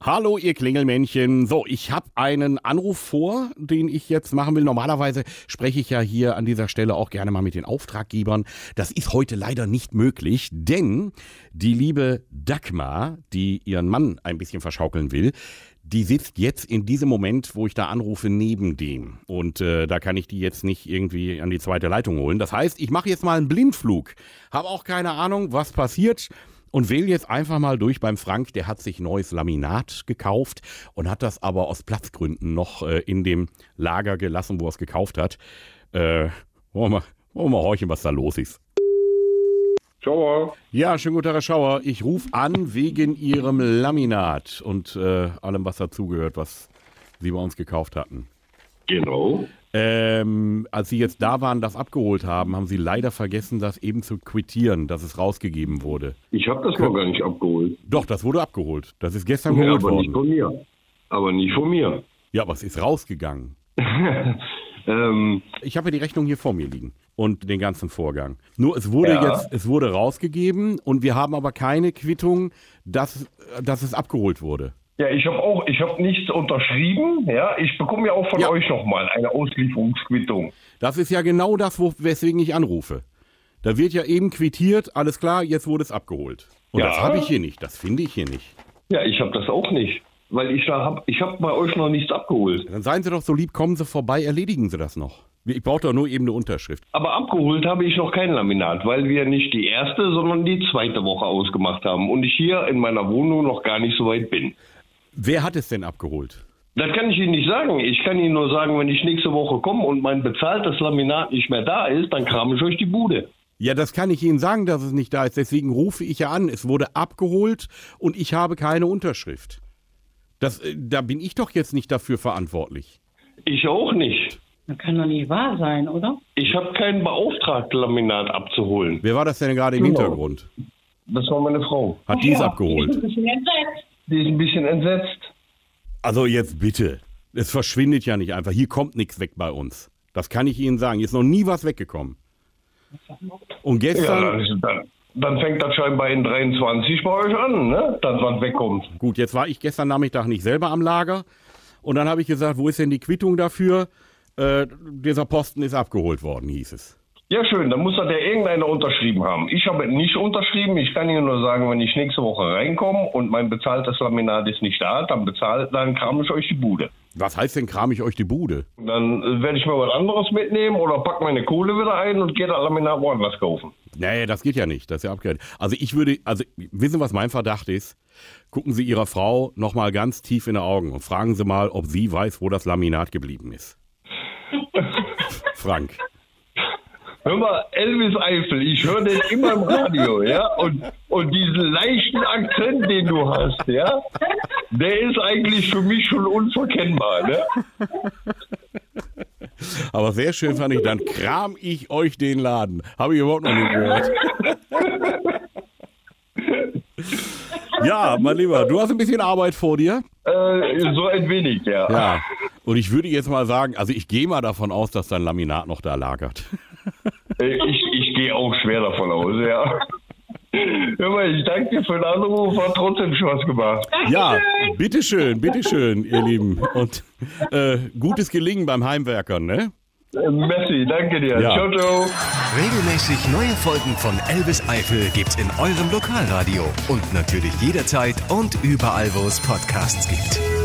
Hallo, ihr Klingelmännchen. So, ich habe einen Anruf vor, den ich jetzt machen will. Normalerweise spreche ich ja hier an dieser Stelle auch gerne mal mit den Auftraggebern. Das ist heute leider nicht möglich, denn die liebe Dagmar, die ihren Mann ein bisschen verschaukeln will, die sitzt jetzt in diesem Moment, wo ich da anrufe, neben dem. Und äh, da kann ich die jetzt nicht irgendwie an die zweite Leitung holen. Das heißt, ich mache jetzt mal einen Blindflug. Hab auch keine Ahnung, was passiert. Und wähle jetzt einfach mal durch beim Frank. Der hat sich neues Laminat gekauft und hat das aber aus Platzgründen noch äh, in dem Lager gelassen, wo er es gekauft hat. Äh, wollen wir mal, wollen wir mal horchen, was da los ist. Ciao. Ja, schönen guten Tag, Herr Schauer. Ich rufe an wegen Ihrem Laminat und äh, allem, was dazugehört, was Sie bei uns gekauft hatten. Genau. Ähm, als Sie jetzt da waren, das abgeholt haben, haben Sie leider vergessen, das eben zu quittieren, dass es rausgegeben wurde. Ich habe das noch gar nicht abgeholt. Doch, das wurde abgeholt. Das ist gestern Ja, geholt aber worden. nicht von mir. Aber nicht von mir. Ja, aber es ist rausgegangen. Ähm, Ich habe ja die Rechnung hier vor mir liegen und den ganzen Vorgang. Nur es wurde Ja. jetzt, es wurde rausgegeben und wir haben aber keine Quittung, dass, dass es abgeholt wurde. ja, ich habe auch, ich habe nichts unterschrieben. Ja, ich bekomme ja auch von Ja. euch nochmal eine Auslieferungsquittung. Das ist ja genau das, wo, weswegen ich anrufe. Da wird ja eben quittiert, alles klar, jetzt wurde es abgeholt. Und Ja. das habe ich hier nicht, das finde ich hier nicht. Ja, ich habe das auch nicht, weil ich habe, ich habe bei euch noch nichts abgeholt. Dann seien Sie doch so lieb, kommen Sie vorbei, erledigen Sie das noch. Ich brauche doch nur eben eine Unterschrift. Aber abgeholt habe ich noch kein Laminat, weil wir nicht die erste, sondern die zweite Woche ausgemacht haben und ich hier in meiner Wohnung noch gar nicht so weit bin. Wer hat es denn abgeholt? Das kann ich Ihnen nicht sagen. Ich kann Ihnen nur sagen, wenn ich nächste Woche komme und mein bezahltes Laminat nicht mehr da ist, dann kram ich euch die Bude. Ja, das kann ich Ihnen sagen, dass es nicht da ist. Deswegen rufe ich ja an. Es wurde abgeholt und ich habe keine Unterschrift. Das, äh, da bin ich doch jetzt nicht dafür verantwortlich. Ich auch nicht. Das kann doch nicht wahr sein, oder? Ich habe keinen beauftragt, Laminat abzuholen. Wer war das denn gerade im Genau. Hintergrund? Das war meine Frau. Hat dies Ja, Ich bin abgeholt? ein bisschen entsetzt. Die ist ein bisschen entsetzt. Also jetzt bitte. Es verschwindet ja nicht einfach. Hier kommt nichts weg bei uns. Das kann ich Ihnen sagen. Hier ist noch nie was weggekommen. Und Ja, gestern, dann, ist- dann, dann fängt das scheinbar in 23 bei euch an, ne? Dass was wegkommt. Gut, jetzt war ich gestern Nachmittag nicht selber am Lager und dann habe ich gesagt, wo ist denn die Quittung dafür? Äh, dieser Posten ist abgeholt worden, hieß es. Ja, schön, dann muss das ja irgendeiner unterschrieben haben. Ich habe es nicht unterschrieben. Ich kann Ihnen nur sagen, wenn ich nächste Woche reinkomme und mein bezahltes Laminat ist nicht da, dann bezahlt, dann kram ich euch die Bude. Was heißt denn, kram ich euch die Bude? Dann äh, werde ich mir was anderes mitnehmen oder pack meine Kohle wieder ein und gehe das Laminat woanders kaufen. Nee, das geht ja nicht. Das ist ja abgehört. Also ich würde, also wissen, was mein Verdacht ist? Gucken Sie Ihrer Frau nochmal ganz tief in die Augen und fragen Sie mal, ob sie weiß, wo das Laminat geblieben ist. Frank. Hör mal, Elvis Eifel, ich höre den immer im Radio, ja? Und, und diesen leichten Akzent, den du hast, ja? Der ist eigentlich für mich schon unverkennbar, ne? Aber sehr schön fand ich, dann kram ich euch den Laden. Habe ich überhaupt noch nicht gehört. Ja, mein Lieber, du hast ein bisschen Arbeit vor dir. Äh, so ein wenig, ja. Ja. Und ich würde jetzt mal sagen, also ich gehe mal davon aus, dass dein Laminat noch da lagert. Äh, Ich, ich gehe auch schwer davon aus, ja. Hör mal, ich danke dir für den Anruf, hat trotzdem Spaß gemacht. Ja, bitteschön, bitteschön, ihr Lieben. Und äh, gutes Gelingen beim Heimwerkern, ne? Äh, Messi, danke dir. Ja. Ciao, ciao. Regelmäßig neue Folgen von Elvis Eifel gibt's in eurem Lokalradio und natürlich jederzeit und überall, wo es Podcasts gibt.